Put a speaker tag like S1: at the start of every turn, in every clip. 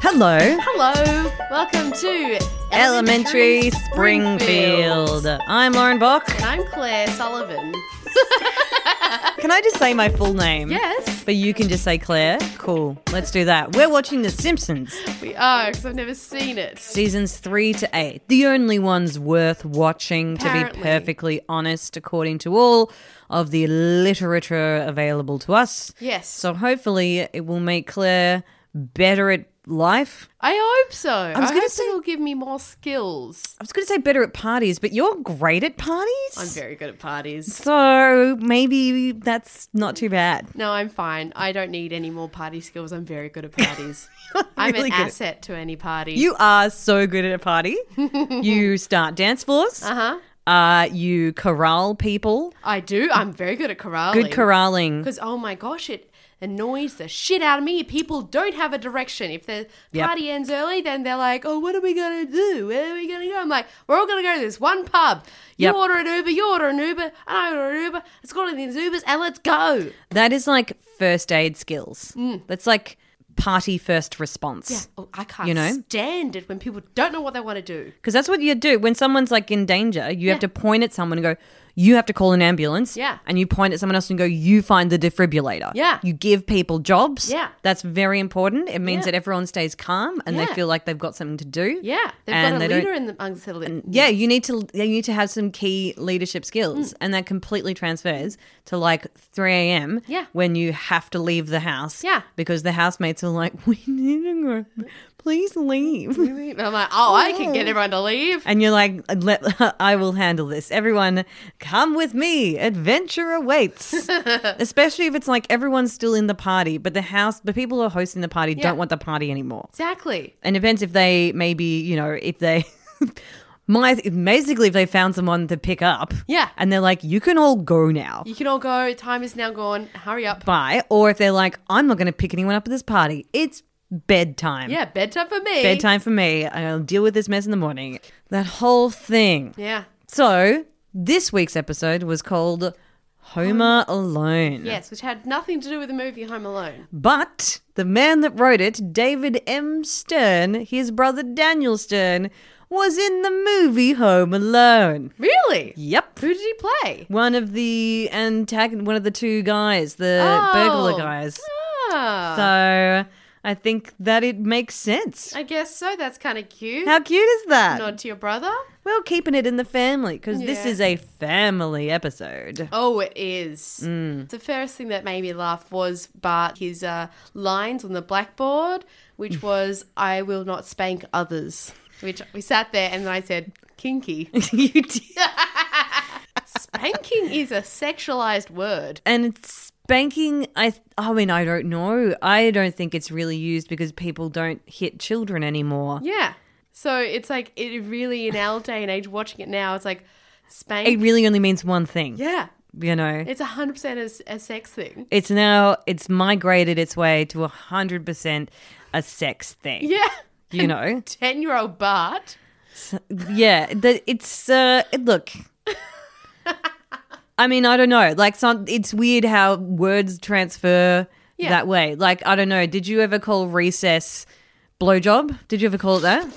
S1: Hello,
S2: Hello, welcome to
S1: Elementary Springfield. Mm. I'm Lauren Bock.
S2: And I'm Claire Sullivan.
S1: Can I just say my full name?
S2: Yes,
S1: But you can just say Claire. Cool. Let's do that. We're watching The Simpsons,
S2: we are, because I've never seen it.
S1: seasons three to eight. The only ones worth watching, to
S2: Apparently.
S1: be perfectly honest, according to all of the literature available to us.
S2: Yes.
S1: So hopefully it will make Claire better at life.
S2: I hope so. I
S1: was
S2: hope
S1: gonna
S2: it
S1: say-
S2: will give me more skills.
S1: I was going to say better at parties, but you're great at parties.
S2: I'm very good at parties.
S1: So maybe that's not too bad.
S2: No, I'm fine. I don't need any more party skills. I'm very good at parties. I'm
S1: Really
S2: an
S1: good at-
S2: asset to any party.
S1: You are so good at a party. you start dance floors.
S2: Uh-huh.
S1: Uh, you corral people.
S2: I do. I'm very good at corralling.
S1: Good corralling.
S2: Because oh my gosh, it annoys the shit out of me. People don't have a direction. If the
S1: Yep.
S2: party ends early, then they're like, "Oh, what are we gonna do? Where are we gonna go?" I'm like, "We're all gonna go to this one pub. You
S1: Yep.
S2: order an Uber. You order an Uber. and I order an Uber. Let's go to these Ubers and let's go."
S1: That is like first aid skills.
S2: Mm.
S1: That's like party first response.
S2: Oh, I can't
S1: You know?
S2: stand it when people don't know what they want to do.
S1: Because that's what you do when someone's like in danger. You
S2: Yeah.
S1: have to point at someone and go, "You have to call an ambulance."
S2: Yeah.
S1: And you point at someone else and go, "You find the defibrillator."
S2: Yeah.
S1: You give people jobs.
S2: Yeah.
S1: That's very important. It means
S2: Yeah.
S1: that everyone stays calm and
S2: Yeah.
S1: they feel like they've got something to do.
S2: Yeah, they've
S1: And
S2: got a
S1: they don't-
S2: leader in the amongst the li-
S1: yeah you need to you need to have some key leadership
S2: Mm.
S1: skills and that completely transfers to like 3 a.m
S2: Yeah.
S1: when you have to leave the house
S2: Yeah.
S1: because the housemates are like we need to go please leave
S2: I'm like, oh, I can get everyone to leave.
S1: and you're like Let, i will handle this everyone come with me adventure awaits especially if it's like everyone's still in the party but the house the people who are hosting the party
S2: Yeah.
S1: don't want the party anymore
S2: Exactly.
S1: and depends if they maybe you know if they my basically if they found someone to pick up
S2: Yeah.
S1: and they're like you can all go now
S2: You can all go. Time is now gone. Hurry up.
S1: bye or if they're like i'm not going to pick anyone up at this party it's bedtime
S2: Yeah, bedtime for me.
S1: bedtime for me i'll deal with this mess in the morning that whole thing
S2: Yeah.
S1: so this week's episode was called homer alone
S2: Yes, which had nothing to do with the movie Home Alone.
S1: But the man that wrote it, David M. Stern, his brother Daniel Stern, was in the movie Home Alone.
S2: Really?
S1: Yep.
S2: Who did he play?
S1: One of the antagon- one of the two guys, the
S2: Oh.
S1: burglar guys.
S2: Ah,
S1: So I think that it makes sense.
S2: I guess so. That's kind of cute.
S1: How cute is that?
S2: Nod to your brother.
S1: Well, keeping it in the family because this
S2: Yeah.
S1: is a family episode.
S2: Oh, it is. The first thing that made me laugh was Bart his uh, lines on the blackboard, which was "I will not spank others." Which we sat there and I said, "Kinky."
S1: you did.
S2: Spanking is a sexualized word.
S1: and spanking i th- i mean i don't know i don't think it's really used because people don't hit children anymore
S2: Yeah. So it's like it really in our day and age. Watching it now, it's like spank.
S1: it really only means one thing
S2: yeah.
S1: you know
S2: It's 100% a, a sex thing.
S1: it's now it's migrated its way to 100% a sex thing
S2: Yeah.
S1: you know
S2: 10 year old Bart.
S1: yeah that it's uh it- look i mean i don't know like some it's weird how words transfer
S2: Yeah.
S1: that way like i don't know did you ever call recess blowjob did you ever call it that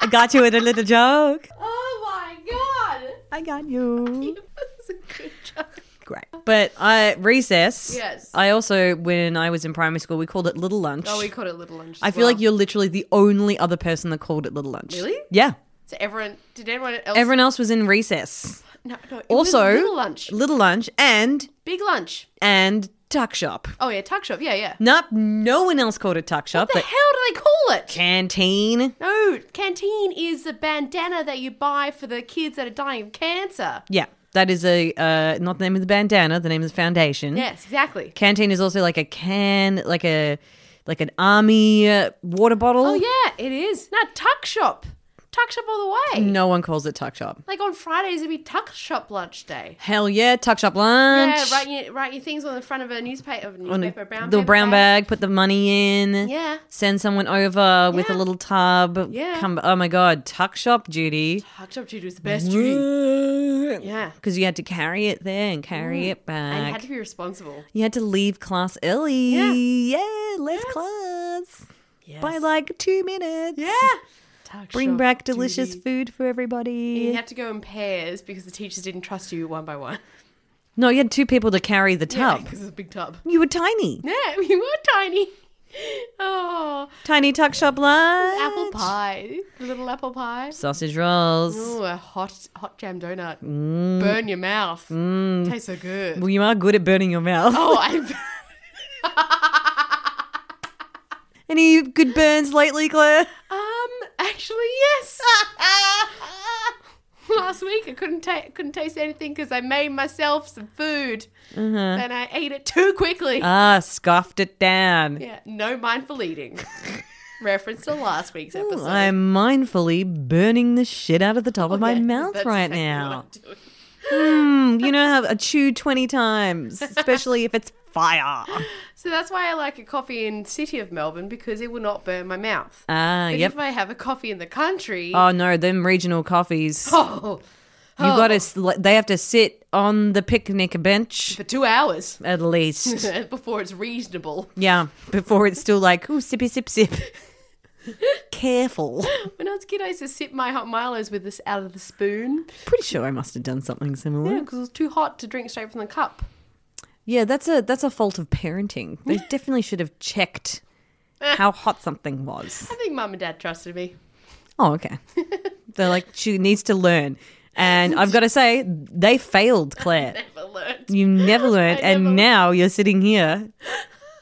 S1: i got you with a little joke
S2: Oh my god.
S1: i got you
S2: That's a good joke.
S1: great but i recess
S2: Yes.
S1: i also when i was in primary school we called it little lunch
S2: Oh, we called it Little Lunch.
S1: i
S2: as
S1: feel
S2: well.
S1: like you're literally the only other person that called it little lunch
S2: Really?
S1: yeah
S2: So everyone, did anyone else?
S1: everyone else was in recess
S2: No, no. It
S1: Also-
S2: was Little Lunch.
S1: little lunch and
S2: Big Lunch.
S1: and tuck shop.
S2: Oh, yeah, Tuck Shop. Yeah, yeah.
S1: Nope, no one else called it tuck shop,
S2: What the
S1: but
S2: hell do they call it?
S1: canteen.
S2: No, canteen is the bandana that you buy for the kids that are dying of cancer.
S1: Yeah, that is a uh, not the name of the bandana, the name of the foundation.
S2: Yes, exactly.
S1: Canteen is also like a can, like a like an army uh, water bottle.
S2: Oh, yeah, it is. No, Tuck Shop. Tuck Shop all the way.
S1: No one calls it tuck shop.
S2: Like on Fridays, it'd be Tuck Shop lunch day.
S1: Hell yeah, tuck shop lunch.
S2: Yeah, write your write your things on the front of a newspaper,
S1: On
S2: newspaper brown
S1: the
S2: paper
S1: brown bag. put the money in.
S2: Yeah.
S1: Send someone over with a
S2: Yeah.
S1: little tub.
S2: Yeah.
S1: Come, oh my god, tuck shop duty.
S2: Tucked up duty was the best duty.
S1: Yeah.
S2: Yeah,
S1: because you had to carry it there and carry it
S2: Mm. and you
S1: back.
S2: had to be responsible.
S1: you had to leave class early. Yeah, less
S2: Yes.
S1: class. by
S2: Yes.
S1: like two minutes. Yeah.
S2: Tuck
S1: Bring
S2: shop
S1: back delicious
S2: duty.
S1: food for everybody.
S2: You had to go in pairs because the teachers didn't trust you one by one.
S1: No, you had two people to carry the tub.
S2: because it's a big tub.
S1: You were tiny.
S2: Yeah, we were tiny. Oh,
S1: Tiny tuck shop lunch.
S2: apple pie, Mm. the little apple pie.
S1: Sausage rolls.
S2: Ooh, a hot hot jam donut. Burn your mouth. Tastes so good.
S1: Mm. Well, you are good at burning your mouth.
S2: Oh, I.
S1: Any good burns lately, Claire?
S2: Um, actually, yes. Last week I couldn't ta- couldn't taste anything because I made myself some food
S1: Uh.
S2: and I ate it too quickly.
S1: Uh-huh. Ah, scoffed it down.
S2: yeah, no mindful eating. Reference to last week's episode.
S1: I'm mindfully burning the shit out of the top of my
S2: Yeah,
S1: mouth
S2: that's
S1: right
S2: exactly
S1: now.
S2: what I'm doing.
S1: Mm, you know how I chew 20 times, especially if it's fire.
S2: So that's why I like a coffee in city of Melbourne because it will not burn my mouth.
S1: Ah,
S2: But
S1: yep.
S2: If I have a coffee in the country,
S1: Oh no, them regional coffees. You
S2: oh,
S1: got to they have to sit on the picnic bench
S2: for two hours
S1: at least.
S2: before it's reasonable.
S1: yeah, before it's still like, ooh, sippy sip sip. Careful.
S2: When I was a kid, I used to sip my hot Milo's with this out of the spoon.
S1: Pretty sure I must have done something similar.
S2: Yeah, because it was too hot to drink straight from the cup.
S1: Yeah, that's a that's a fault of parenting. They definitely should have checked how hot something was.
S2: I think mum and dad trusted me.
S1: Oh, okay. They're like she needs to learn, and I've got to say they failed, Claire.
S2: Never learned.
S1: You never learned, and
S2: never-
S1: now you're sitting here,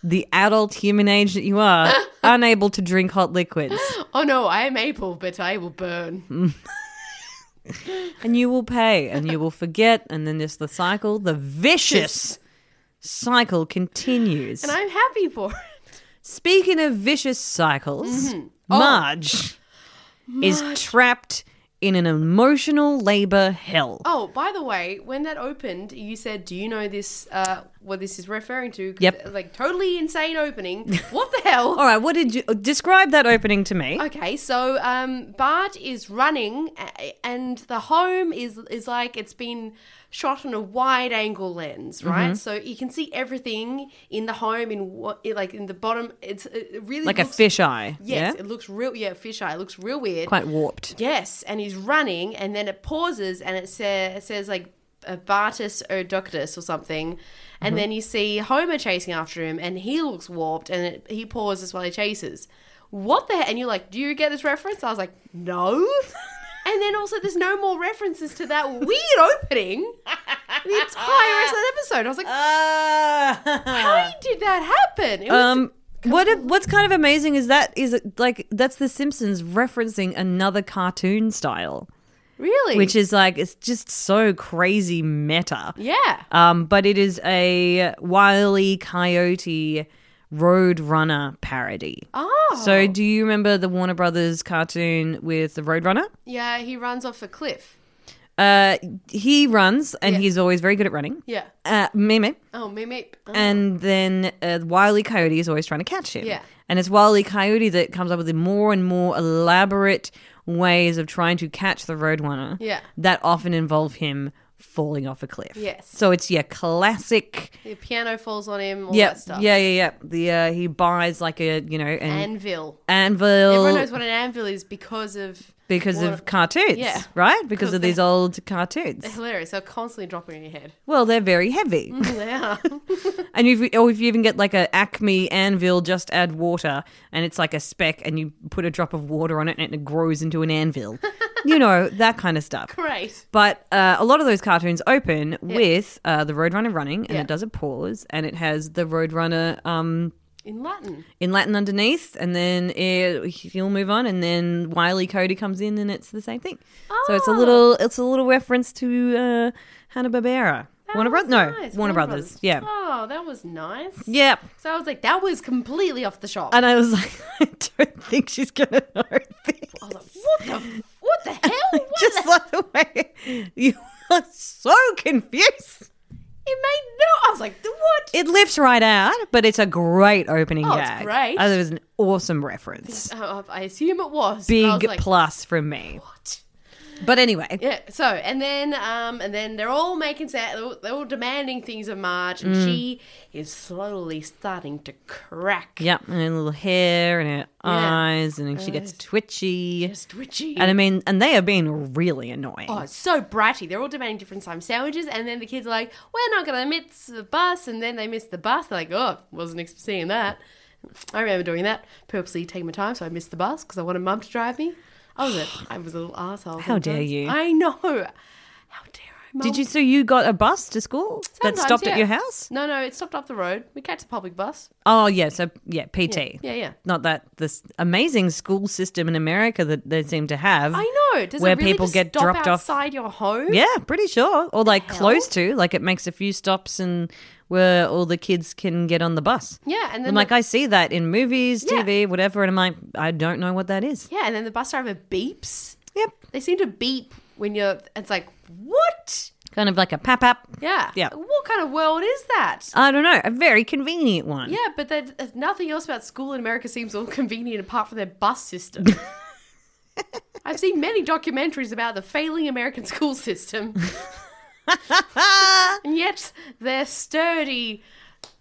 S1: the adult human age that you are, unable to drink hot liquids,
S2: Oh no, I am able, but I will burn.
S1: and you will pay, and you will forget, and then just the cycle, the vicious cycle continues.
S2: And I'm happy for it.
S1: Speaking of vicious cycles,
S2: Mm-hmm. Oh.
S1: Marge is trapped in an emotional labor hell.
S2: Oh, by the way, when that opened, you said, "Do you know this? Uh, what this is referring to?" 'Cause
S1: Yep.
S2: it was, Like totally insane opening. What the hell?
S1: All right, what did you describe that opening to me?
S2: Okay, so um, Bart is running, a- and the home is is like it's been shot on a wide angle lens, right? So you can see everything in the home in what like in the bottom. It's it really
S1: like a
S2: looks,
S1: fish eye.
S2: Yes,
S1: yeah?
S2: it looks real. Yeah, fisheye. It looks real weird.
S1: Quite warped.
S2: Yes, and he's running, and then it pauses, and it, sa- it says like uh, Bartus Odoctus or something, and
S1: Mm-hmm.
S2: then you see Homer chasing after him, and he looks warped, and it, he pauses while he chases. What the? He- and you're like, do you get this reference? I was like, no. and then also, there's no more references to that weird opening. The entire rest of that episode, I was like,
S1: Ah.
S2: why did that happen? It was
S1: um what what's kind of amazing is that is like that's the Simpsons referencing another cartoon style,
S2: really,
S1: which is like it's just so crazy meta.
S2: yeah,
S1: Um, but it is a wily Coyote Roadrunner parody.
S2: oh,
S1: So, do you remember the Warner Brothers cartoon with the Roadrunner?
S2: yeah, he runs off a cliff.
S1: Uh, he runs, and
S2: Yeah.
S1: he's always very good at running.
S2: Yeah.
S1: Uh, meh-meh.
S2: Oh, meep meep. Oh.
S1: And then uh, Wile E. Coyote is always trying to catch him.
S2: Yeah.
S1: And it's Wile E. Coyote that comes up with the more and more elaborate ways of trying to catch the Roadrunner.
S2: Yeah.
S1: That often involve him falling off a cliff.
S2: Yes.
S1: So it's your classic
S2: The piano falls on him, all
S1: Yeah,
S2: that stuff.
S1: yeah, yeah, yeah. The uh, he buys like a you know an
S2: Anvil.
S1: anvil
S2: Everyone knows what an anvil is because of
S1: because
S2: what-
S1: of cartoons,
S2: Yeah.
S1: right? Because of
S2: they-
S1: these old cartoons.
S2: hilarious. They're constantly dropping in your head.
S1: Well, they're very heavy,
S2: They are.
S1: and if you, or if you even get like a Acme anvil, just add water, and it's like a speck, and you put a drop of water on it, and it grows into an anvil. you know that kind of stuff.
S2: Great.
S1: But uh, a lot of those cartoons open with uh, the Roadrunner running, and
S2: Yeah.
S1: it does a pause, and it has the Roadrunner um,
S2: In Latin.
S1: in Latin underneath, and then it, he'll move on, and then Wiley Cody comes in, and it's the same thing. So it's a
S2: Oh.
S1: little it's a little reference to uh, Hanna Barbera, Warner
S2: That was
S1: Brothers. No,
S2: nice.
S1: Warner, Brothers. Yeah,
S2: Oh, that was nice.
S1: yeah.
S2: So I was like, that was completely off the shop.
S1: And I was like, I don't think she's gonna know this.
S2: I was like, what the, what the hell? What
S1: Just
S2: the-
S1: like the way you are so confused.
S2: it made no. I was like, the what?
S1: It lifts right out, but it's a great opening
S2: Oh, it's
S1: gag.
S2: great.
S1: Uh, It was an awesome reference.
S2: Uh, I Oh, assume it was. but I
S1: Big
S2: was like,
S1: plus from me.
S2: what?
S1: But anyway,
S2: Yeah. So and then um and then they're all making sa- they're all- they're all demanding things of Marge,
S1: Mm.
S2: and she is slowly starting to crack.
S1: yeah, and her little hair and her eyes, and she gets
S2: Eyes.
S1: twitchy.
S2: Just twitchy.
S1: And I mean, and they are being really annoying.
S2: Oh, it's so bratty. They're all demanding different time sandwiches, and then the kids are like, "We're not gonna miss the bus," and then they miss the bus. They're like, "Oh, wasn't ex- seeing that." I remember doing that purposely, taking my time, so I missed the bus because I wanted mum to drive me. I was a, I was a little asshole.
S1: How dare
S2: sometimes.
S1: you.
S2: I know. How dare I? Mum?
S1: Did you? So you got a bus to school that
S2: oh. Sometimes,
S1: stopped at
S2: yeah.
S1: your house?
S2: No, no, it stopped up the road. We catch the public bus.
S1: Oh yeah, so yeah, PT.
S2: Yeah, yeah.
S1: Not that this amazing school system in America that they seem to have.
S2: I know. Does
S1: Where
S2: it really
S1: people
S2: just
S1: get
S2: stop
S1: dropped off-
S2: outside your home?
S1: Yeah, pretty sure, or like
S2: hell?
S1: close to. Like it makes a few stops and where all the kids can get on the bus.
S2: Yeah, and then
S1: I'm
S2: the-
S1: like, "Oh." I see that in movies,
S2: Yeah.
S1: TV, whatever, and I'm like, I don't know what that is.
S2: yeah, and then the bus driver beeps.
S1: Yep,
S2: They seem to beep when you're. It's like what?
S1: kind of like a pap pap.
S2: Yeah.
S1: Yeah.
S2: What kind of world is that?
S1: I don't know, a very convenient one.
S2: Yeah, but that uh, nothing else about school in America seems all convenient apart from their bus system. I've seen many documentaries about the failing American school system, and yet they're sturdy.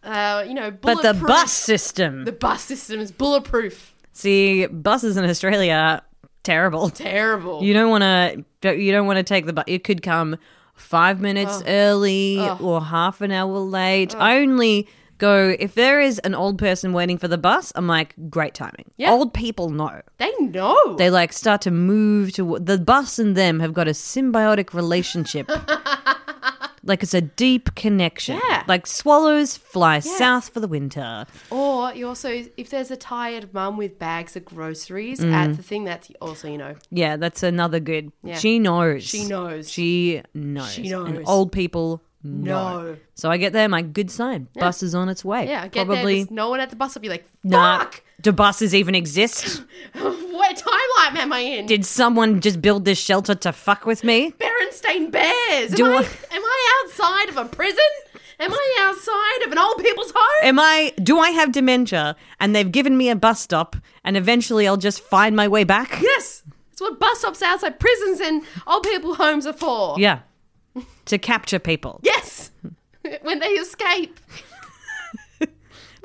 S2: Uh, you know,
S1: but the
S2: bulletproof.
S1: bus system.
S2: the bus system is bulletproof.
S1: See, buses in Australia are terrible.
S2: Terrible.
S1: You don't want to. You don't want to take the bus. It could come five minutes
S2: Oh.
S1: early or half an hour late. I only go if there is an old person waiting for the bus. I'm like, great timing.
S2: Yeah.
S1: Old people know.
S2: they know.
S1: They like start to move to the bus and them have got a symbiotic relationship. like it's a deep connection.
S2: Yeah.
S1: Like swallows fly south for the winter.
S2: or you also, if there's a tired mum with bags of groceries
S1: Mm.
S2: at the thing, that's also you know
S1: Yeah, that's another good. She knows.
S2: She knows.
S1: She knows.
S2: She knows.
S1: And old people know.
S2: no.
S1: So I get there, my good sign. Bus is on its way.
S2: Yeah, I get there,
S1: Probably
S2: there's no one at the bus will be like,
S1: not.
S2: fuck,
S1: Do buses even exist?
S2: what timeline am I in?
S1: Did someone just build this shelter to fuck with me?
S2: Berenstain Bears. Am,
S1: Do
S2: I,
S1: I-
S2: am I outside of a prison? Am I outside of an old people's home?
S1: Am I? Do I have dementia? And they've given me a bus stop, and eventually I'll just find my way back.
S2: yes. It's what bus stops outside prisons and old people homes are for.
S1: Yeah. To capture people.
S2: Yes. when they escape.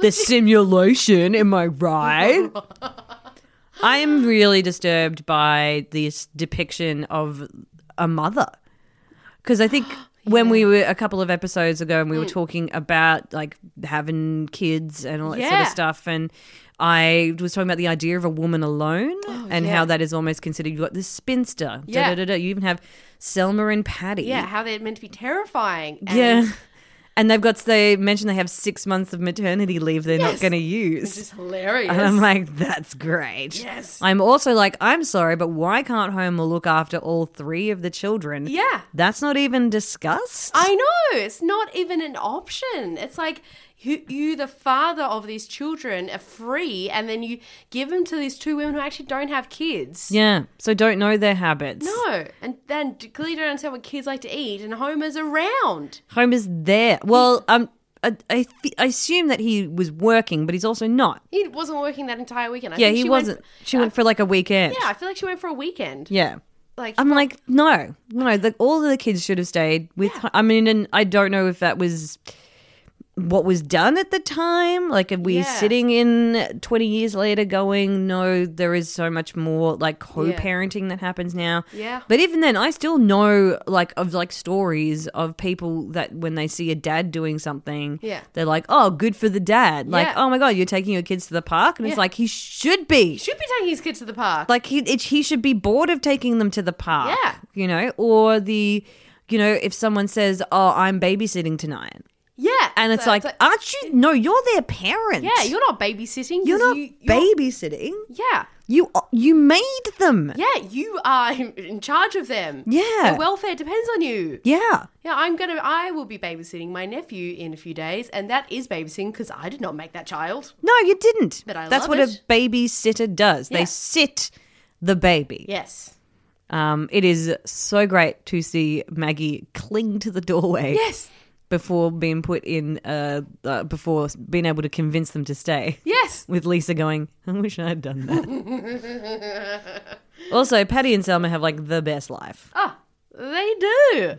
S1: The simulation, am I right? I am really disturbed by this depiction of a mother. Because I think when we were a couple of episodes ago and we were
S2: Mm.
S1: talking about like having kids and all that sort
S2: Yeah.
S1: of stuff, and I was talking about the idea of a woman alone and
S2: Oh, yeah.
S1: how that is almost considered you've got this spinster.
S2: Yeah.
S1: Da, da, da, da. You even have Selma and Patty.
S2: Yeah, how they're meant to be terrifying. And
S1: Yeah. And they've got, they mentioned they have six months of maternity leave they're not
S2: Yes.
S1: going to
S2: It's
S1: use.
S2: just hilarious.
S1: And I'm like, that's great.
S2: Yes.
S1: I'm also like, I'm sorry, but why can't Homer look after all three of the children?
S2: yeah.
S1: That's not even discussed.
S2: I know. It's not even an option. It's like you, you, the father of these children, are free, and then you give them to these two women who actually don't have kids.
S1: yeah. So don't know their habits.
S2: No, and then clearly don't understand what kids like to eat, and Homer's around.
S1: Homer's there. Well, um, I, I, th- I assume that he was working, but he's also not.
S2: He wasn't working that entire weekend. I
S1: Yeah,
S2: think
S1: he
S2: she went-
S1: wasn't. she went for like a weekend.
S2: yeah, I feel like she went for a weekend.
S1: Yeah.
S2: Like,
S1: I'm like, no, no. The, all of the kids should have stayed with. I mean, and I don't know if that was what was done at the time. Like, are we
S2: Yeah.
S1: sitting in 20 years later going, no, there is so much more like co-parenting that happens now.
S2: Yeah.
S1: But even then, I still know like of like stories of people that when they see a dad doing something,
S2: Yeah.
S1: they're like, oh, good for the dad. Like,
S2: Yeah.
S1: oh my god, you're taking your kids to the park, and it's
S2: Yeah.
S1: like he should be.
S2: should be taking his kids to the park.
S1: Like he, it, he should be bored of taking them to the park.
S2: Yeah.
S1: you know, or the, you know, if someone says, "Oh, I'm babysitting tonight,"
S2: yeah,
S1: and it's
S2: so
S1: like, "Aren't you? No, you're their parent.
S2: yeah, you're not babysitting. 'cause
S1: You're not
S2: you- you're-
S1: babysitting.
S2: Yeah,
S1: You you made them.
S2: yeah, you are in- in charge of them.
S1: Yeah.
S2: their welfare depends on you.
S1: yeah.
S2: Yeah, I'm gonna. I will be babysitting my nephew in a few days, and that is babysitting because I did not make that child.
S1: No, you didn't.
S2: But I
S1: That's what
S2: love it.
S1: a babysitter does.
S2: Yeah.
S1: They sit the baby.
S2: Yes,
S1: Um, it is so great to see Maggie cling to the doorway.
S2: yes,
S1: Before being put in, uh, uh, before being able to convince them to stay.
S2: yes.
S1: with Lisa going, I wish I had done that. Also, Patty and Selma have like the best life.
S2: Oh, they do.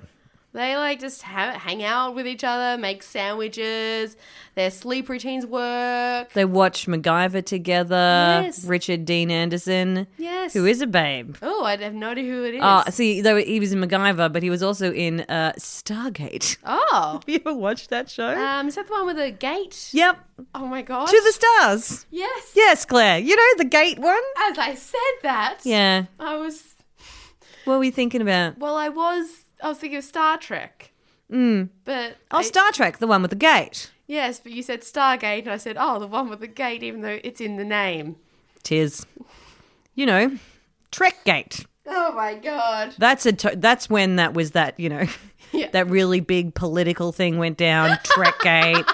S2: They like just have, hang out with each other, make sandwiches. Their sleep routines work.
S1: They watch MacGyver together.
S2: Yes.
S1: Richard Dean Anderson,
S2: Yes.
S1: who is a babe.
S2: Oh, I have no idea who it is.
S1: Ah, see, though he was in MacGyver, but he was also in uh, Stargate.
S2: oh.
S1: Have you ever watched that show?
S2: Um, is that the one with the gate?
S1: yep.
S2: Oh my god.
S1: To the stars.
S2: yes.
S1: Yes, Claire. You know the gate one.
S2: As I said that,
S1: Yeah.
S2: I was
S1: What were you thinking about?
S2: well, I was I was thinking of Star Trek. Mm. But
S1: Oh,
S2: I-
S1: Star Trek, the one with the gate.
S2: yes, but you said Stargate, and I said, oh, the one with the gate, even though it's in the name.
S1: Tis. You know, Trek Gate.
S2: Oh my god.
S1: That's a. To- that's when that was that. You know,
S2: Yeah.
S1: that really big political thing went down. Trekgate.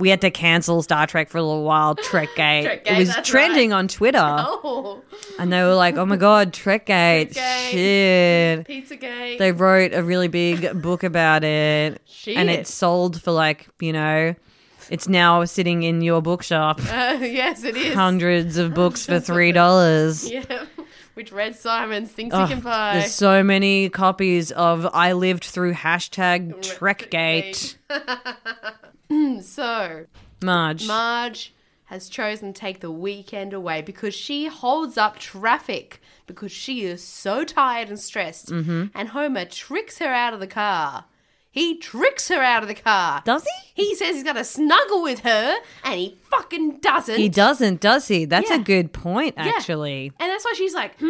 S1: we had to cancel Star Trek for a little while. Trekgate.
S2: Trekgate,
S1: it was
S2: that's
S1: trending on Twitter,
S2: Oh,
S1: and they were like, "Oh my god, Trekgate!
S2: Trekgate.
S1: Shit."
S2: Pizzagate.
S1: They wrote a really big book about it,
S2: Shit.
S1: and it sold for like you know, it's now sitting in your bookshop.
S2: Uh, yes, it is.
S1: Hundreds of books for three dollars.
S2: Yeah, which Red Simons thinks
S1: Oh,
S2: he can buy.
S1: There's so many copies of I lived through hashtag Trekgate.
S2: So
S1: Marge.
S2: Marge has chosen to take the weekend away because she holds up traffic because she is so tired and stressed.
S1: Mm-hmm.
S2: And Homer tricks her out of the car. He tricks her out of the car.
S1: Does he?
S2: He says he's gonna snuggle with her, and he fucking doesn't.
S1: He doesn't, does he? That's a
S2: Yeah.
S1: good point,
S2: Yeah.
S1: actually.
S2: And that's why she's like, hmm,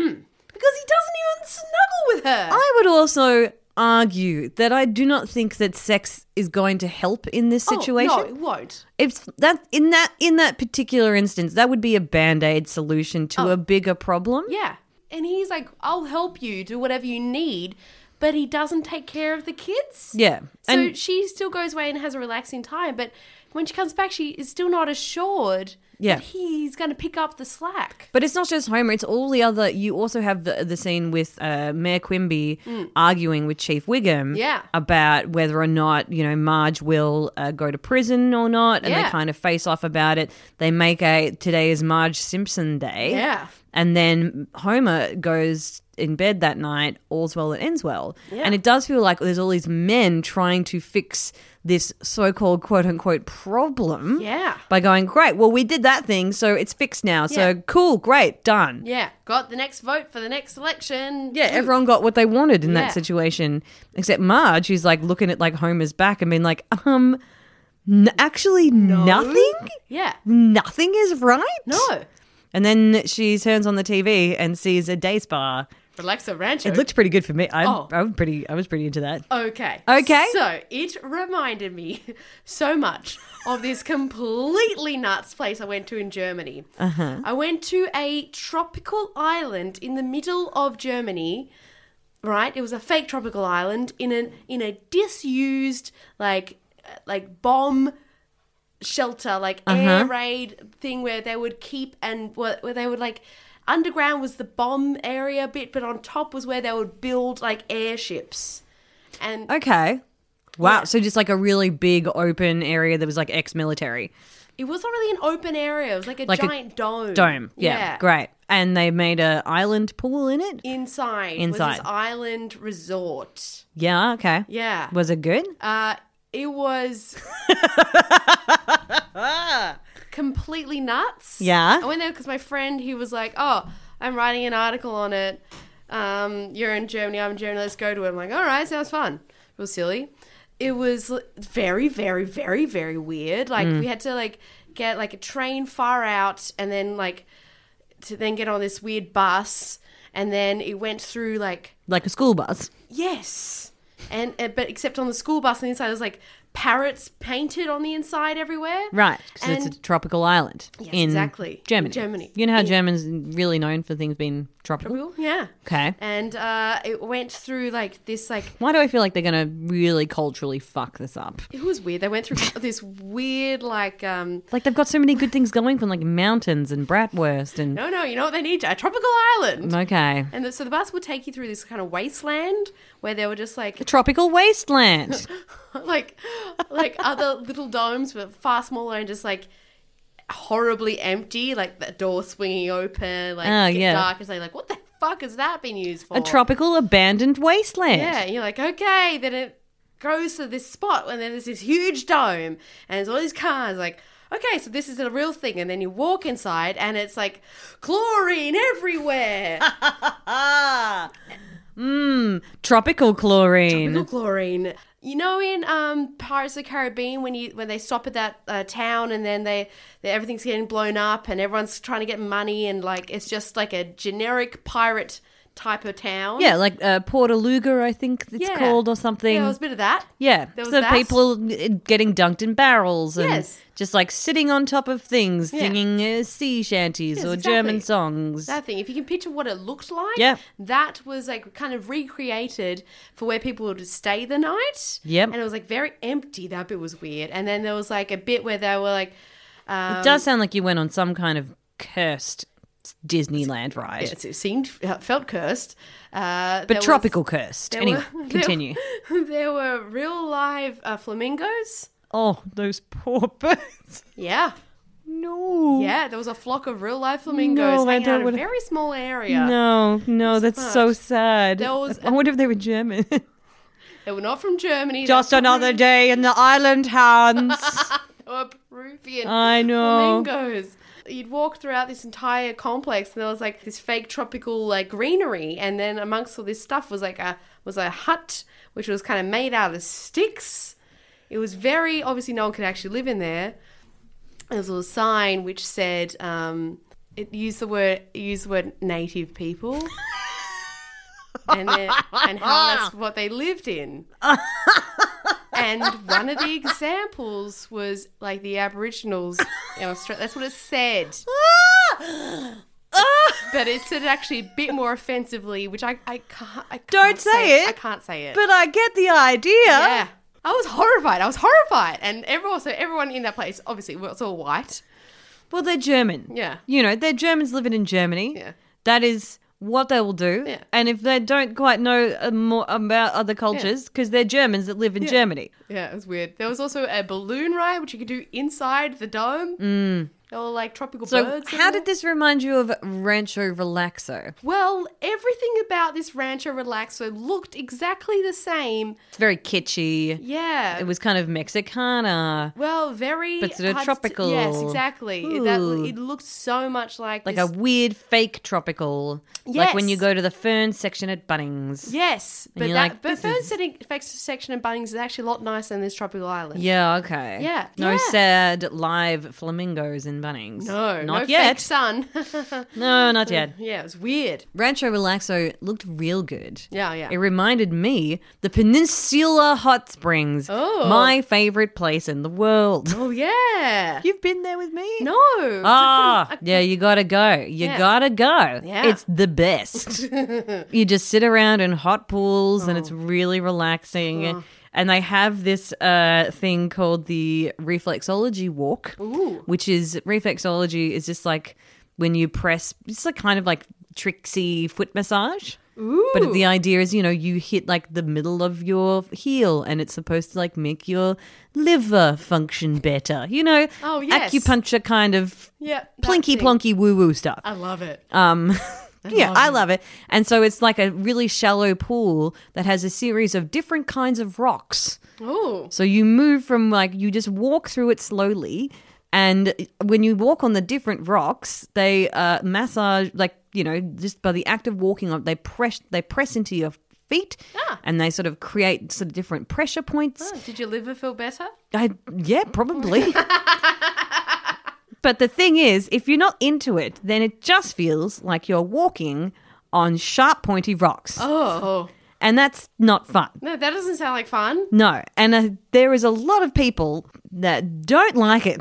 S2: because he doesn't even snuggle with her.
S1: I would also argue that I do not think that sex is going to help in this
S2: Oh,
S1: situation.
S2: no, it won't.
S1: It's that in that in that particular instance, that would be a band-aid solution to a bigger problem.
S2: Oh. Yeah. And he's like, I'll help you do whatever you need, but he doesn't take care of the kids.
S1: Yeah.
S2: So
S1: and
S2: she still goes away and has a relaxing time, but when she comes back, she is still not assured
S1: Yeah.
S2: that he's going to pick up the slack.
S1: But it's not just Homer; it's all the other. You also have the the scene with uh, Mayor Quimby arguing with Chief Wiggum,
S2: Mm. Yeah.
S1: about whether or not you know Marge will uh, go to prison or not, and they
S2: Yeah.
S1: kind of face off about it. They make a today is Marge Simpson Day,
S2: Yeah.
S1: and then Homer goes in bed that night. All's well that ends well,
S2: Yeah.
S1: and it does feel like there's all these men trying to fix this so-called quote unquote problem
S2: Yeah.
S1: by going, great, well, we did that thing, so it's fixed now.
S2: Yeah.
S1: So cool, great, done.
S2: Yeah. Got the next vote for the next election.
S1: Yeah, everyone got what they wanted in
S2: Yeah.
S1: that situation, except Marge, who's like looking at like Homer's back and being like, um, n- actually, nothing,
S2: Yeah.
S1: nothing is right.
S2: No.
S1: And then she turns on the TV and sees a day spa.
S2: Relaxa Rancho.
S1: It looked pretty good for me. I,
S2: Oh.
S1: I was pretty, I was pretty into that.
S2: Okay.
S1: Okay.
S2: So it reminded me so much of this completely nuts place I went to in Germany. Uh-huh. I went to a tropical island in the middle of Germany. Right, it was a fake tropical island in an in a disused like uh, like bomb shelter, like air raid thing where they would keep and where, where they would like underground was the bomb area bit, but on top was where they would build like airships. And
S1: Okay. Wow.
S2: Yeah.
S1: So just like a really big open area that was like ex-military
S2: it wasn't really an open area; it was like a
S1: Like a
S2: giant dome.
S1: dome. Yeah, Great. And they made a island pool in it.
S2: Inside, was
S1: Inside.
S2: this island resort.
S1: Yeah. Okay.
S2: Yeah,
S1: Was it good?
S2: uh, it was completely nuts.
S1: Yeah.
S2: I went there because my friend, he was like, "Oh, I'm writing an article on it. Um, you're in Germany. I'm in Germany. Let's go to it." I'm like, "All right, sounds fun." It was silly. It was l- very, very, very, very weird. Like we had to like get like a train far out, and then like to then get on this weird bus, and then it went through like
S1: Like a school bus.
S2: Yes. And uh, but except on the school bus on the inside, there's like parrots painted on the inside everywhere.
S1: Right. Because
S2: And-
S1: it's a tropical island.
S2: Yes,
S1: in
S2: exactly. In
S1: Germany.
S2: Germany.
S1: You know how Germans really known for things being tropical?
S2: Cool, Yeah.
S1: Okay.
S2: And uh, it went through like this, like
S1: Why do I feel like they're going to really culturally fuck this up?
S2: it was weird. They went through this weird, like um,
S1: Like they've got so many good things going from like mountains and bratwurst and.
S2: no, no, you know what they need? A tropical
S1: Mm.
S2: island.
S1: Okay.
S2: And so the bus would take you through this kind of wasteland where there were just like
S1: Tropical wasteland.
S2: like like other little domes but far smaller and just like horribly empty like the door swinging open like
S1: Oh,
S2: get
S1: yeah.
S2: dark it's like, like what the fuck has that been used for?
S1: A tropical abandoned wasteland.
S2: Yeah, and you're like, okay, then it goes to this spot, and then there's this huge dome, and there's all these cars. Like, okay, so this is a real thing. And then you walk inside, and it's like chlorine everywhere.
S1: Tropical chlorine.
S2: Tropical chlorine. You know, in um, Pirates of the Caribbean, when you when they stop at that uh, town and then they, they everything's getting blown up and everyone's trying to get money and like it's just like a generic pirate type of town.
S1: Yeah, like uh, Porta Luga, I think it's
S2: Yeah.
S1: called, or something.
S2: yeah,
S1: Yeah.
S2: there was a bit of that. there was
S1: so
S2: that.
S1: people uh, getting dunked in barrels and
S2: Yes.
S1: just like sitting on top of things,
S2: Yeah.
S1: singing uh, sea shanties
S2: Yes,
S1: or
S2: exactly.
S1: German songs.
S2: That thing, if you can picture what it looked like,
S1: Yeah.
S2: that was like kind of recreated for where people would stay the night.
S1: Yep.
S2: And it was like very empty. That bit was weird. And then there was like a bit where they were like, um,
S1: it does sound like you went on some kind of cursed Disneyland ride,
S2: it it seemed, felt cursed. Uh, there
S1: but
S2: was-
S1: tropical cursed.
S2: there
S1: Anyway,
S2: were- there
S1: continue.
S2: there were real live uh, flamingos.
S1: oh, those poor birds.
S2: Yeah.
S1: No.
S2: Yeah, there was a flock of real live flamingos
S1: No, I
S2: hanging
S1: don't
S2: out in a
S1: wanna-
S2: very small area.
S1: No, no, that's so sad.
S2: There was-
S1: I wonder if they were German.
S2: They were not from Germany.
S1: Just
S2: they were
S1: another day in the island hands.
S2: Peru- They were Peruvian
S1: I know.
S2: flamingos. You'd walk throughout this entire complex, and there was like this fake tropical like greenery, and then amongst all this stuff was like a was a hut which was kind of made out of sticks. It was very obviously no one could actually live in there. There was a little sign which said um, it used the word used the word native people. And, then- and how that's what they lived in. and one of the examples was like the Aboriginals in Australia. That's what it said.
S1: Ah!
S2: But it said it actually a bit more offensively, which I, I can't. I can't
S1: Don't say it.
S2: I can't say it.
S1: But uh, I get the idea.
S2: Yeah. I was horrified. I was horrified. And everyone, so everyone in that place, obviously, well, it's all white.
S1: Well, they're German.
S2: Yeah.
S1: You know, they're Germans living in Germany.
S2: Yeah.
S1: That is what they will do.
S2: Yeah.
S1: And if they don't quite know uh, more about other cultures, because they're Germans that live in Germany.
S2: Yeah, it was weird. There was also a balloon ride, which you could do inside the dome. Mm. There were like tropical
S1: So,
S2: birds. in
S1: how
S2: there.
S1: did this remind you of Rancho Relaxo?
S2: Well, everything about this Rancho Relaxo looked exactly the same.
S1: It's very kitschy.
S2: Yeah.
S1: It was kind of Mexicana,
S2: well, very
S1: But sort of
S2: hard to-
S1: tropical.
S2: yes, exactly. It, that,
S1: Ooh.
S2: it looked so much like
S1: like
S2: this-
S1: a weird fake tropical. Like when you
S2: Yes.
S1: go to the fern section at Bunnings.
S2: yes, but
S1: you're
S2: that
S1: like,
S2: but
S1: this
S2: Fern
S1: is-
S2: Setting Effects Section and Bunnings is actually a lot nicer than this tropical island.
S1: Yeah, okay.
S2: Yeah,
S1: No
S2: yeah.
S1: sad live flamingos in Bunnings.
S2: No,
S1: not
S2: no
S1: yet.
S2: Fake sun.
S1: No, not yet.
S2: yeah, it was weird.
S1: Rancho Relaxo looked real good.
S2: Yeah, yeah.
S1: It reminded me the Peninsula Hot Springs,
S2: Oh.
S1: my favorite place in the world.
S2: oh yeah.
S1: You've been there with me?
S2: no.
S1: Ah, yeah, you gotta go. You
S2: Yeah.
S1: gotta go.
S2: Yeah.
S1: It's the best. you just sit around in hot pools and it's really relaxing. And they have this uh, thing called the reflexology walk,
S2: Ooh.
S1: which is reflexology is just like when you press, it's like kind of like tricksy foot massage.
S2: Ooh.
S1: But the idea is, you know, you hit like the middle of your heel and it's supposed to like make your liver function better. You know,
S2: Oh, yes.
S1: acupuncture kind of
S2: yeah. that
S1: plinky
S2: thing.
S1: plonky woo woo stuff.
S2: I love it.
S1: Um, yeah,
S2: love
S1: I love it. And so it's like a really shallow pool that has a series of different kinds of rocks.
S2: Ooh.
S1: So you move from like you just walk through it slowly, and when you walk on the different rocks, they uh, massage like you know just by the act of walking on, they press they press into your feet,
S2: Ah.
S1: and they sort of create sort of different pressure points.
S2: Oh, Did your liver feel better?
S1: I yeah, probably. but the thing is, if you're not into it, then it just feels like you're walking on sharp pointy rocks,
S2: Oh.
S1: and that's not fun.
S2: No, that doesn't sound like fun.
S1: No, and uh, there is a lot of people that don't like it.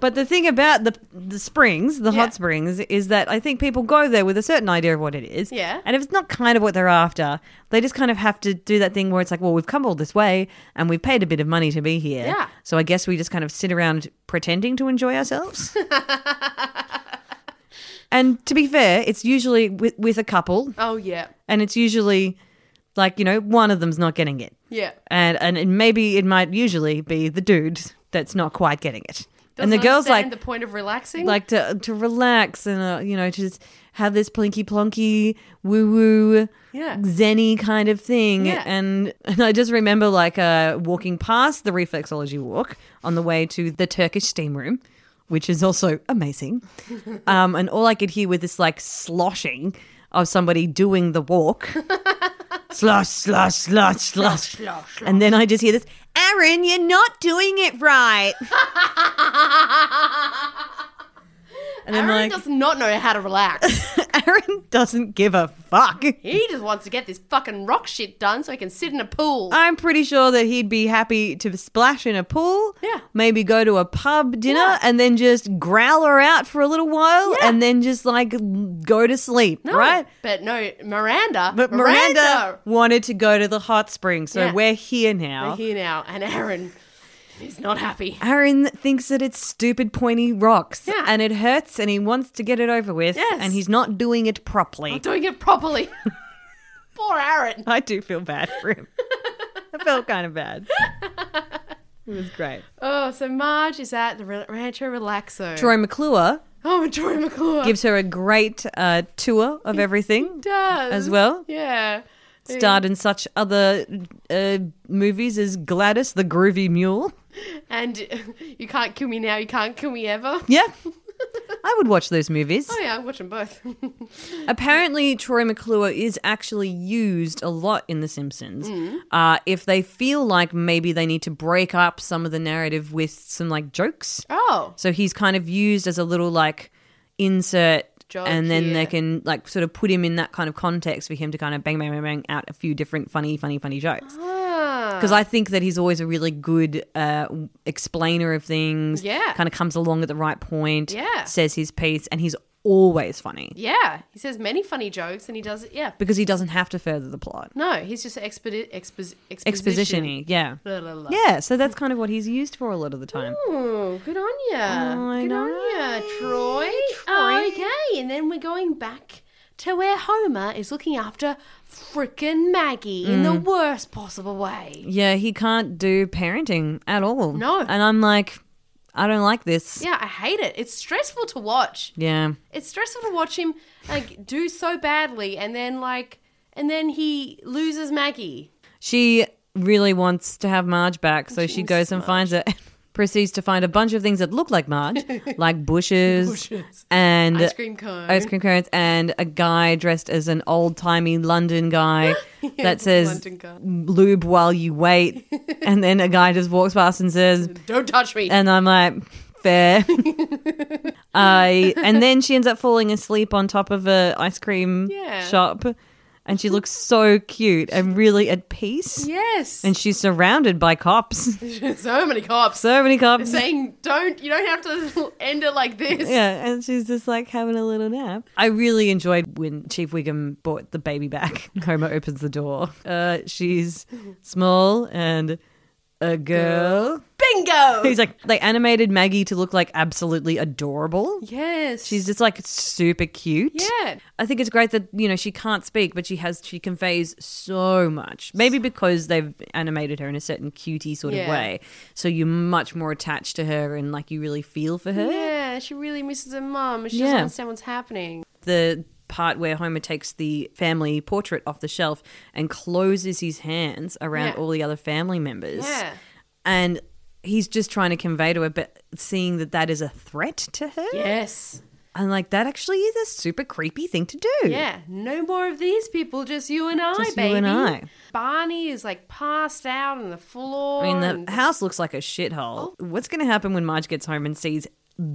S1: but the thing about the the springs, the
S2: Yeah.
S1: hot springs, is that I think people go there with a certain idea of what it is.
S2: Yeah.
S1: And if it's not kind of what they're after, they just kind of have to do that thing where it's like, well, we've come all this way and we've paid a bit of money to be here.
S2: Yeah.
S1: So I guess we just kind of sit around pretending to enjoy ourselves. and to be fair, it's usually with, with a couple
S2: Oh yeah.
S1: and it's usually like you know one of them's not getting it
S2: Yeah.
S1: and and it- maybe it might usually be the dude that's not quite getting it and the girl's like,
S2: the point of relaxing.
S1: like to to relax and uh, you know to just have this plinky plonky woo woo
S2: Yeah.
S1: zenny kind of thing
S2: Yeah.
S1: and and I just remember like uh walking past the reflexology walk on the way to the Turkish steam room which is also amazing um and all I could hear was this like sloshing of somebody doing the walk slosh slosh slosh slosh and then I just hear this Aaron you're not doing it right and
S2: Aaron
S1: I'm like
S2: does not know how to relax.
S1: Aaron doesn't give a fuck.
S2: he just wants to get this fucking rock shit done so he can sit in a pool.
S1: I'm pretty sure that he'd be happy to splash in a pool.
S2: Yeah.
S1: Maybe go to a pub dinner
S2: Yeah.
S1: and then just growl her out for a little while
S2: Yeah.
S1: and then just like l- go to sleep,
S2: No,
S1: right?
S2: But no, Miranda.
S1: But Miranda, wanted to go to the hot spring, so
S2: Yeah.
S1: we're here now.
S2: We're here now, and Aaron is not happy.
S1: Aaron thinks that it's stupid pointy rocks
S2: Yeah.
S1: and it hurts and he wants to get it over with
S2: Yes.
S1: and he's not doing it properly.
S2: Not doing it properly. Poor Aaron.
S1: I do feel bad for him. I felt kind of bad. It was great.
S2: Oh, so Marge is at the Re- Rancho Relaxo.
S1: Troy McClure
S2: oh, and Troy McClure.
S1: gives her a great uh, tour of everything,
S2: does.
S1: as well.
S2: Yeah.
S1: starred in such other uh, movies as Gladys the Groovy Mule.
S2: And you can't kill me now, you can't kill me ever.
S1: Yeah. I would watch those movies.
S2: Oh, yeah, I'm watching both.
S1: Apparently, Troy McClure is actually used a lot in The Simpsons. Uh, if they feel like maybe they need to break up some of the narrative with some like jokes,
S2: oh.
S1: So he's kind of used as a little like insert.
S2: Joke
S1: and then
S2: here.
S1: they can like sort of put him in that kind of context for him to kind of bang bang bang bang out a few different funny funny funny jokes
S2: Ah.
S1: because I think that he's always a really good uh, w- explainer of things
S2: Yeah.
S1: kind of comes along at the right point
S2: Yeah.
S1: says his piece and he's always funny
S2: Yeah, he says many funny jokes and he does it. Yeah.
S1: because he doesn't have to further the plot
S2: No, he's just exposi- exposi- exposition.
S1: expositioning yeah
S2: La, la, la.
S1: yeah so that's kind of what he's used for a lot of the time
S2: Ooh, Oh, good on ya.
S1: Oh, I
S2: good on
S1: know.
S2: ya, Troy.
S1: Troy.
S2: Okay, and then we're going back to where Homer is looking after frickin' Maggie in
S1: Mm.
S2: the worst possible way.
S1: yeah he can't do parenting at all
S2: No.
S1: and I'm like I don't like this
S2: Yeah, I hate it. It's stressful to watch.
S1: yeah.
S2: It's stressful to watch him like do so badly and then like and then he loses Maggie.
S1: She really wants to have Marge back, so she, goes and finds her. Proceeds to find a bunch of things that look like Marge, like bushes,
S2: Bushes.
S1: and
S2: Ice cream cone.
S1: ice cream cones, and a guy dressed as an old timey London guy that says
S2: London guy.
S1: "lube while you wait," and then a guy just walks past and says,
S2: Don't touch me.
S1: and I'm like, fair. I and then she ends up falling asleep on top of a ice cream
S2: Yeah.
S1: shop, and she looks so cute and really at peace.
S2: yes.
S1: And she's surrounded by cops.
S2: so many cops.
S1: So many cops.
S2: saying don't you don't have to end it like this.
S1: Yeah, and she's just like having a little nap. I really enjoyed when Chief Wiggum brought the baby back. Homer opens the door. Uh, she's small and a girl.
S2: Bingo.
S1: He's like, they animated Maggie to look like absolutely adorable.
S2: Yes.
S1: She's just like super cute.
S2: yeah.
S1: I think it's great that you know she can't speak, but she has she conveys so much. Maybe because they've animated her in a certain cutie sort of
S2: Yeah.
S1: way, so you're much more attached to her and like you really feel for her.
S2: Yeah, she really misses her mum. and She
S1: Yeah.
S2: doesn't understand what's happening.
S1: The part where Homer takes the family portrait off the shelf and closes his hands around
S2: Yeah.
S1: all the other family members,
S2: Yeah.
S1: and he's just trying to convey to her, but seeing that that is a threat to her,
S2: Yes.
S1: and like that actually is a super creepy thing to do.
S2: Yeah. No more of these people. Just you and I,
S1: Just you
S2: baby.
S1: and I.
S2: Barney is like passed out on the floor.
S1: I mean,
S2: and- Oh.
S1: the house looks like a shithole. What's going to happen when Marge gets home and sees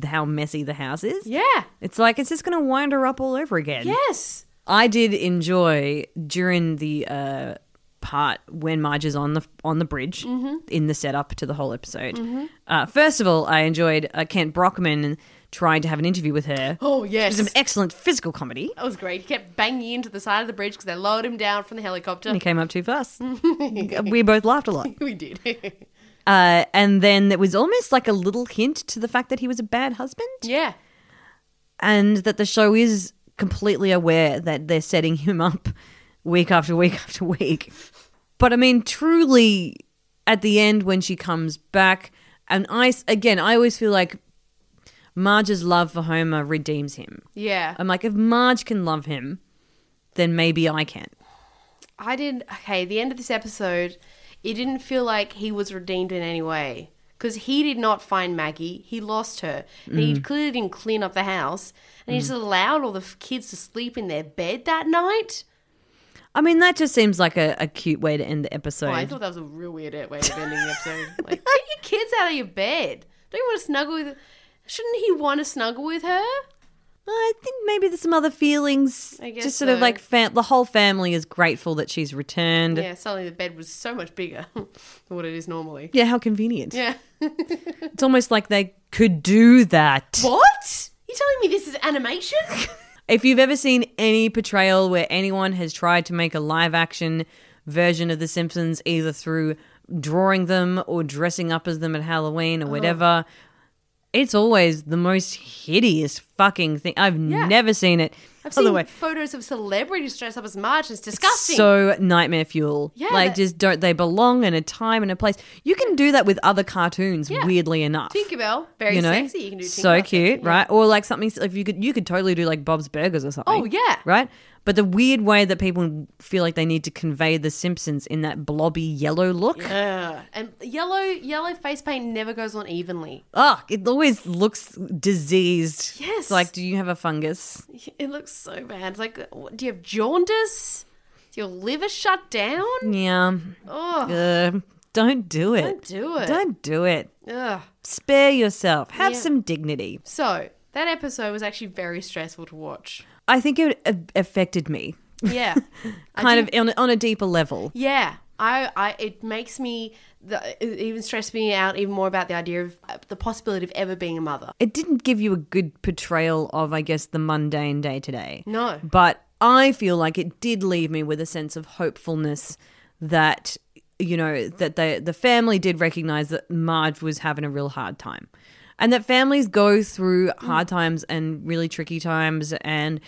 S1: how messy the house is?
S2: yeah.
S1: It's like it's just going to wind her up all over again.
S2: Yes.
S1: I did enjoy during the uh, part when Marge is on the on the bridge in the setup to the whole episode. Uh, first of all, I enjoyed uh, Kent Brockman trying to have an interview with her.
S2: Oh yes.
S1: Some excellent physical comedy.
S2: That was great. He kept banging into the side of the bridge because they lowered him down from the helicopter.
S1: He came up too fast. we both laughed a lot.
S2: we did.
S1: Uh, and then there was almost like a little hint to the fact that he was a bad husband.
S2: yeah.
S1: and that the show is completely aware that they're setting him up week after week after week. But I mean, truly, at the end when she comes back, and I s- again, I always feel like Marge's love for Homer redeems him.
S2: Yeah.
S1: I'm like, if Marge can love him, then maybe I can.
S2: I didn't. Okay, the end of this episode, it didn't feel like he was redeemed in any way because he did not find Maggie. He lost her. And He clearly didn't clean up the house, and he just allowed all the f- kids to sleep in their bed that night.
S1: I mean, that just seems like a, a cute way to end the
S2: Oh, I
S1: episode.
S2: thought that was a real weird e, way of ending the episode. Like, get your kids out of your bed. Don't you want to snuggle with? Shouldn't he want to snuggle with her?
S1: I think maybe there's some other feelings.
S2: I guess
S1: just sort of
S2: so.
S1: like fam- the whole family is grateful that she's returned. Yeah,
S2: Yeah, suddenly the bed was so much bigger than what it is normally.
S1: how convenient.
S2: Yeah.
S1: It's almost like they could do that.
S2: What? You telling me this is animation?
S1: If you've ever seen any portrayal where anyone has tried to make a live action version of The Simpsons, either through drawing them or dressing up as them at Halloween
S2: Oh.
S1: or whatever, it's always the most hideous fucking thing. I've never seen it.
S2: I've
S1: By the
S2: seen
S1: way,
S2: photos of celebrities dressed up as Marge. It's disgusting.
S1: So nightmare fuel.
S2: Yeah,
S1: like
S2: that-
S1: just don't they belong in a time and a place. You can do that with other cartoons,
S2: Yeah.
S1: weirdly enough.
S2: Tinkerbell, very
S1: you know,
S2: sexy. You can do Tinkerbell
S1: so cute,
S2: sexy. Yeah.
S1: right? Or like something if you could you could totally do like Bob's Burgers or something.
S2: Oh, yeah.
S1: right. But the weird way that people feel like they need to convey the Simpsons in that blobby yellow look,
S2: Ugh. And yellow, yellow face paint never goes on evenly.
S1: ugh, it always looks diseased.
S2: Yes.
S1: like do you have a fungus?
S2: It looks so bad. It's like, what, do you have jaundice? Is your liver shut down?
S1: Yeah,
S2: Oh,
S1: uh, don't do it.
S2: don't do it.
S1: Don't do it.
S2: Ugh.
S1: Spare yourself. Have
S2: Yeah.
S1: some dignity.
S2: So that episode was actually very stressful to watch.
S1: I think it a- affected me
S2: Yeah, I
S1: kind
S2: did-
S1: of on, a- on a deeper level.
S2: Yeah, I, I, it makes me. The, it even stressed me out even more about the idea of uh, the possibility of ever being a mother.
S1: It didn't give you a good portrayal of, I guess, the mundane day to day.
S2: No.
S1: But I feel like it did leave me with a sense of hopefulness that, you know, that the, the family did recognize that Marge was having a real hard time. And that families go through
S2: Mm.
S1: hard times and really tricky times. And,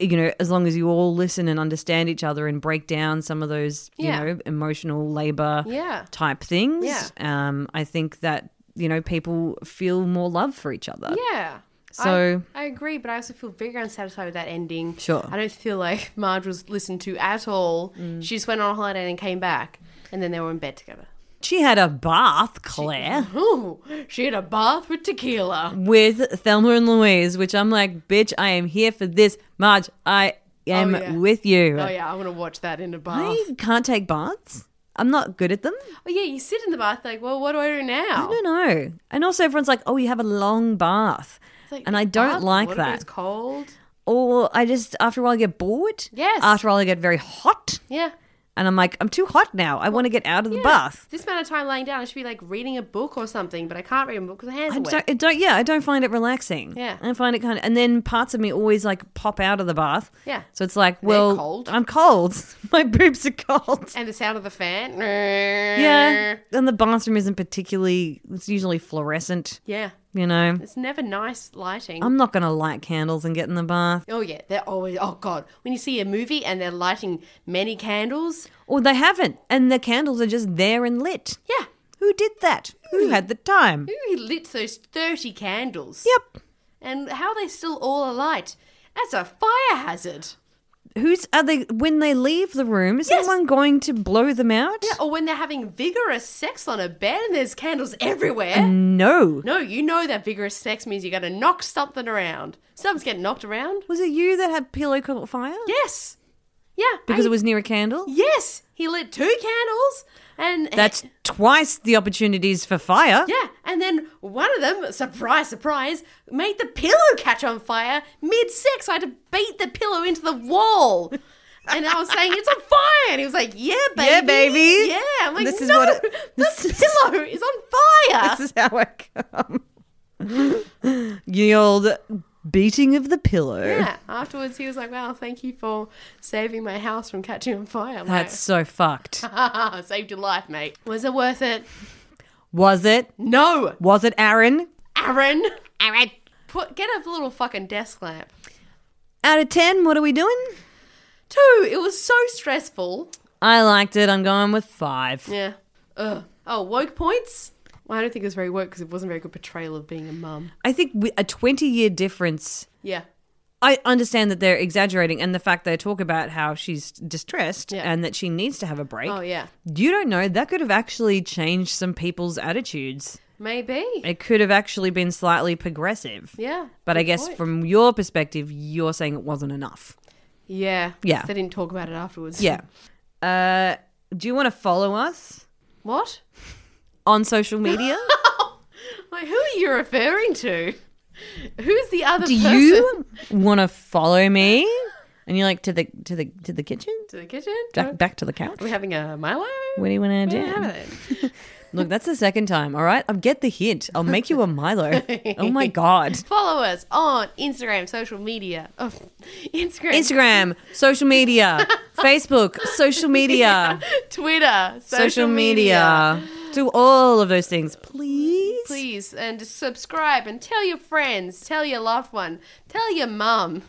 S1: you know, as long as you all listen and understand each other and break down some of those,
S2: Yeah.
S1: you know, emotional labor
S2: Yeah.
S1: type things.
S2: Yeah.
S1: Um, I think that you know people feel more love for each other.
S2: Yeah.
S1: So-
S2: I, I agree, but I also feel very unsatisfied with that ending.
S1: Sure. Mm.
S2: I don't feel like Marge was listened to at all. She just went on holiday and came back, and then they were in bed together.
S1: She had a bath, Claire,
S2: Ooh, she had a bath with tequila.
S1: with Thelma and Louise, which I'm like, bitch, I am here for this. Marge, I am
S2: Oh, yeah.
S1: with you.
S2: Oh yeah, I want to watch that in a bath.
S1: I can't take baths. I'm not good at them.
S2: Oh yeah, you sit in the bath like, well, what do I do now?
S1: I don't know. And also, everyone's like, "Oh, you have a long bath,"
S2: It's like,
S1: and I don't
S2: bath,
S1: like
S2: what if
S1: that.
S2: It's cold.
S1: Or I just, after a while, I get bored.
S2: Yes.
S1: After a while, I get very hot,
S2: Yeah.
S1: and I'm like, I'm too hot now. I want to get out of the
S2: Yeah.
S1: bath.
S2: This amount of time laying down, I should be like reading a book or something, but I can't read a book because my hands
S1: I
S2: are
S1: don't,
S2: wet.
S1: I don't. Yeah, I don't find it relaxing.
S2: Yeah.
S1: I find it kind of, and then parts of me always like pop out of the bath.
S2: Yeah.
S1: So it's like, well,
S2: cold.
S1: I'm cold. My boobs are cold.
S2: And the sound of the fan.
S1: Yeah. And the bathroom isn't particularly. It's usually fluorescent.
S2: Yeah.
S1: You know,
S2: It's never nice lighting.
S1: I'm not gonna light candles and get in the bath.
S2: Oh yeah, they're always. Oh god, when you see a movie and they're lighting many candles,
S1: Or they haven't, and the candles are just there and lit.
S2: yeah,
S1: Who did that? Who had the time?
S2: who lit those thirty candles?
S1: Yep.
S2: And how are they still all alight? That's a fire hazard.
S1: Who's are they? When they leave the room, is someone going to blow them out?
S2: Or when they're having vigorous sex on a bed and there's candles everywhere.
S1: No.
S2: No, you know that vigorous sex means you're going to knock something around. Something's getting knocked around.
S1: Was it you that had pillow caught fire?
S2: Yes. Yeah.
S1: Because
S2: I-
S1: it was near a candle?
S2: Yes, he lit two candles and
S1: That's twice the opportunities for fire.
S2: Yeah, and then one of them, surprise, surprise, made the pillow catch on fire mid sex. I had to beat the pillow into the wall. And I was saying, it's on fire. And he was like, yeah, baby.
S1: Yeah, baby.
S2: Yeah. I'm like,
S1: This is
S2: no,
S1: what it- this
S2: the
S1: is-
S2: pillow is on fire.
S1: This is how I come. the old beating of the pillow.
S2: yeah. Afterwards, he was like, wow, thank you for saving my house from catching on fire. I'm
S1: That's so fucked.
S2: like, saved your life, mate. Was it worth it?
S1: Was it?
S2: No.
S1: Was it Aaron?
S2: Aaron. Aaron. Put, get a little fucking desk lamp.
S1: Out of 10, what are we doing?
S2: Two, it was so stressful.
S1: I liked it. I'm going with five.
S2: Yeah. Ugh. Oh, woke points? Well, I don't think it was very work because it wasn't a very good portrayal of being a mum.
S1: I think wi- a 20 year difference.
S2: Yeah.
S1: I understand that they're exaggerating and the fact they talk about how she's distressed
S2: Yeah.
S1: and that she needs to have a break.
S2: Oh, yeah.
S1: You don't know. That could have actually changed some people's attitudes.
S2: Maybe.
S1: It could have actually been slightly progressive.
S2: Yeah.
S1: But I
S2: good
S1: guess
S2: point.
S1: from your perspective, you're saying it wasn't enough.
S2: Yeah.
S1: Yeah.
S2: They didn't talk about it afterwards.
S1: Yeah. Uh, do you want to follow us
S2: What?
S1: on social media?
S2: Like, who are you referring to? Who's the other
S1: do
S2: person?
S1: you want to follow me? And you're like to the to the to the kitchen,
S2: To the kitchen?
S1: back, back to the couch.
S2: Are we having a Milo?
S1: What do you want to do?
S2: Yeah.
S1: Look, that's the second time. All right, I get the hint. I'll make you a Milo. oh my god!
S2: Follow us on Instagram, social media. Oh, Instagram,
S1: Instagram, social media, Facebook, social media,
S2: Twitter, social,
S1: social media. Do all of those things, please.
S2: Please and just subscribe and tell your friends, tell your loved one, tell your mum.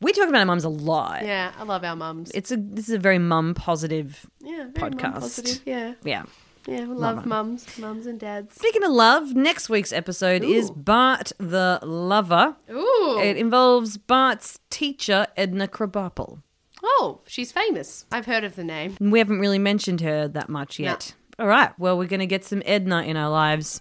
S1: We talk about our mums a lot.
S2: Yeah, I love our mums.
S1: It's a this is a very mum positive.
S2: Yeah, very mum
S1: podcast.
S2: positive. Yeah,
S1: Yeah.
S2: yeah, we love mums, mums and dads.
S1: Speaking of love, next week's episode is
S2: Ooh. Oh.
S1: Bart the Lover.
S2: Ooh,
S1: It involves Bart's teacher, Edna Krabappel.
S2: oh, she's famous. I've heard of the name.
S1: And We haven't really mentioned her that much yet. All right. Well, we're going to get some Edna in our lives.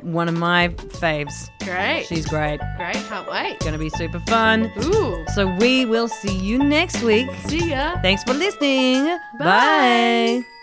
S1: One of my faves.
S2: Great,
S1: She's great.
S2: great. Can't wait.
S1: Going to be super fun.
S2: Ooh,
S1: So we will see you next week.
S2: see ya.
S1: Thanks for listening.
S2: Bye.
S1: Bye.